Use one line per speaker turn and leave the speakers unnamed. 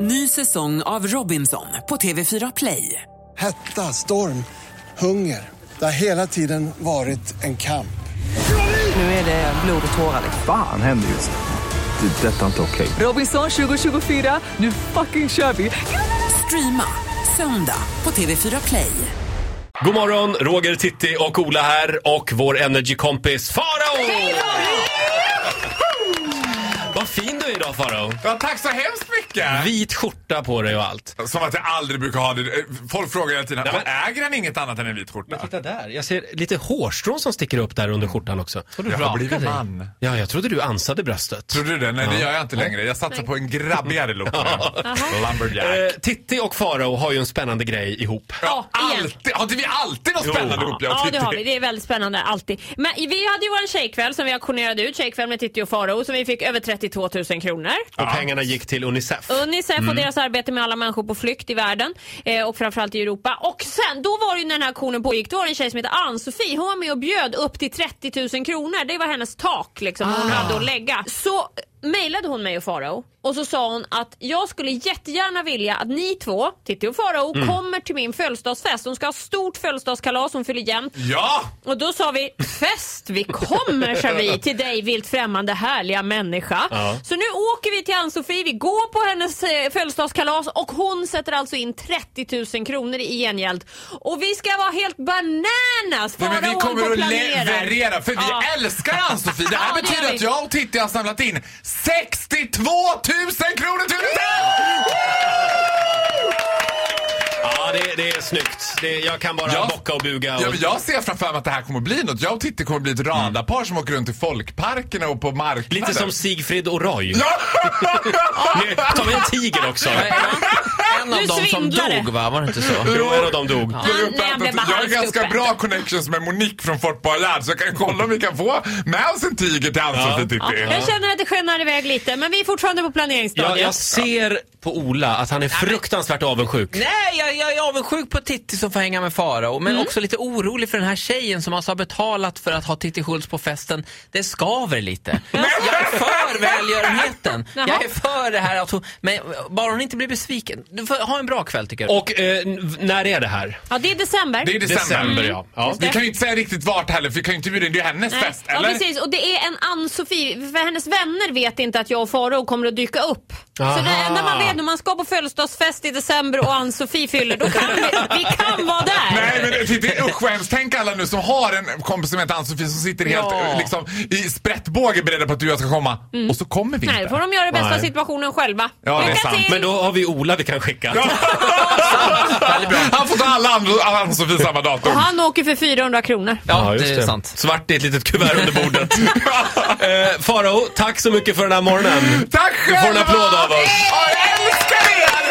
Ny säsong av Robinson på TV4 Play.
Hetta, storm, hunger. Det har hela tiden varit en kamp.
Nu är det blod och tårar.
Fan händer just nu. Det. är Detta är inte okej.
Robinson 2024, nu fucking kör vi! Streama söndag på TV4 Play.
God morgon, Roger, Titti och Ola här och vår energikompis Farao! Vad fin du är idag Farao!
Ja, tack så hemskt mycket!
Vit skjorta på dig och allt.
Som att jag aldrig brukar ha det. Folk frågar hela tiden,
Nej, men-
"Vad äger han inget annat än en vit skjorta?
Titta där, jag ser lite hårstrån som sticker upp där under skjortan också. Har du
Jag har rakat blivit dig? man.
Ja, jag trodde du ansade bröstet.
Tror du det? Nej, det gör jag inte längre. Jag satsar på en grabbigare look nu. Lumberjack.
Eh, Titti och Farao har ju en spännande grej ihop.
Ja,
igen.
alltid. Har inte vi alltid något spännande ihop, jag och
Ja det har
Titti?
vi, det är väldigt spännande alltid. Men vi hade ju vår tjejkväll som vi auktionerade ut, tjejkväll med Titti och Faro som vi fick över 32 000 kronor.
Och pengarna gick till Unicef.
Unicef och deras arbete med alla människor på flykt i världen eh, och framförallt i Europa. Och sen, då var det ju när den här auktionen pågick, då var det en tjej som hette Ann-Sofie. Hon var med och bjöd upp till 30 000 kronor. Det var hennes tak liksom, hon hade att lägga. Så mejlade hon mig och Farao och så sa hon att jag skulle jättegärna vilja att ni två, Titti och Farao, kommer till min födelsedagsfest. Hon ska ha stort födelsedagskalas, hon fyller jämnt.
Ja!
Och då sa vi fest, vi kommer sa vi till dig vilt främmande härliga människa.
Ja.
Så nu åker vi till Ann-Sofie, vi går på hennes eh, födelsedagskalas och hon sätter alltså in 30 000 kronor i gengäld. Och vi ska vara helt bananas!
Nej, men
Farao
vi
håller på
kommer
och
att
planerar.
leverera, för vi
Ja.
älskar Ann-Sofie. Det här
Ja, det
betyder
gör vi.
att jag och Titti har samlat in 62 000 kronor till Unicef!
Ja, det, det är snyggt. Det, jag kan bara bocka och buga. Och...
Ja, men jag ser framför mig att det här kommer att bli något. Jag och Titti kommer att bli ett radarpar som åker runt i folkparkerna och på marknaden.
Lite som Sigfrid och Roy.
Ja!
Nu, Ta med en tiger också.
En av
Nu
dem som
svindlar det.
dog va, var det inte så?
Jo, en av dem dog.
Han-
Jag
nej, han blev bara
har
halvt
ganska
uppäten.
bra connections med Monique från Fort Boyard så jag kan kolla om vi kan få med oss en tiger till Ann-Sofie Titti.
Jag känner att det skenar iväg lite men vi är fortfarande på
Jag,
planeringsstadiet.
jag ser på Ola att han är fruktansvärt avundsjuk.
Nej, jag, jag är avundsjuk på Titti som får hänga med Farao, men också lite orolig för den här tjejen som alltså har betalat för att ha Titti Schultz på festen. Det skaver lite. Jag är för välgörenheten. Jag är för det här att hon, men bara hon inte blir besviken. Du får ha en bra kväll tycker jag.
Och eh, n- när är det här?
Ja, det är december.
Det är december.
December, ja. ja.
Vi kan ju inte säga riktigt vart heller för vi kan ju inte bjuda in, det är ju hennes
Mm. Nej.
fest,
Ja
eller?
precis och det är en Ann-Sofie, för hennes vänner vet inte att jag och Farao kommer att dyka upp.
Aha.
Så det enda man vet när man ska på födelsedagsfest i december och Ann-Sofie fyller, då kan vi, vi kan vara där.
Nej men Titti, usch vad hemskt. Tänk alla nu som har en kompis som heter Ann-Sofie som sitter helt
Ja.
eh, liksom, i sprättbåge beredda på att du och jag ska komma. Och så kommer vi
Mm. Nej, då
inte.
får de göra det bästa
Nej.
av situationen själva.
Ja, det är
Lycka
sant.
till!
Men då har vi Ola vi kan skicka.
Han får ta alla andra- alla Ann-Sofie samma datum.
Och han åker för 400 kronor.
Ja,
just
det är sant.
Svart i ett litet kuvert under bordet. eh, Farao, tack så mycket för den här morgonen.
Tack
Du
själva!
får en applåd av oss.
Ja, jag älskar er!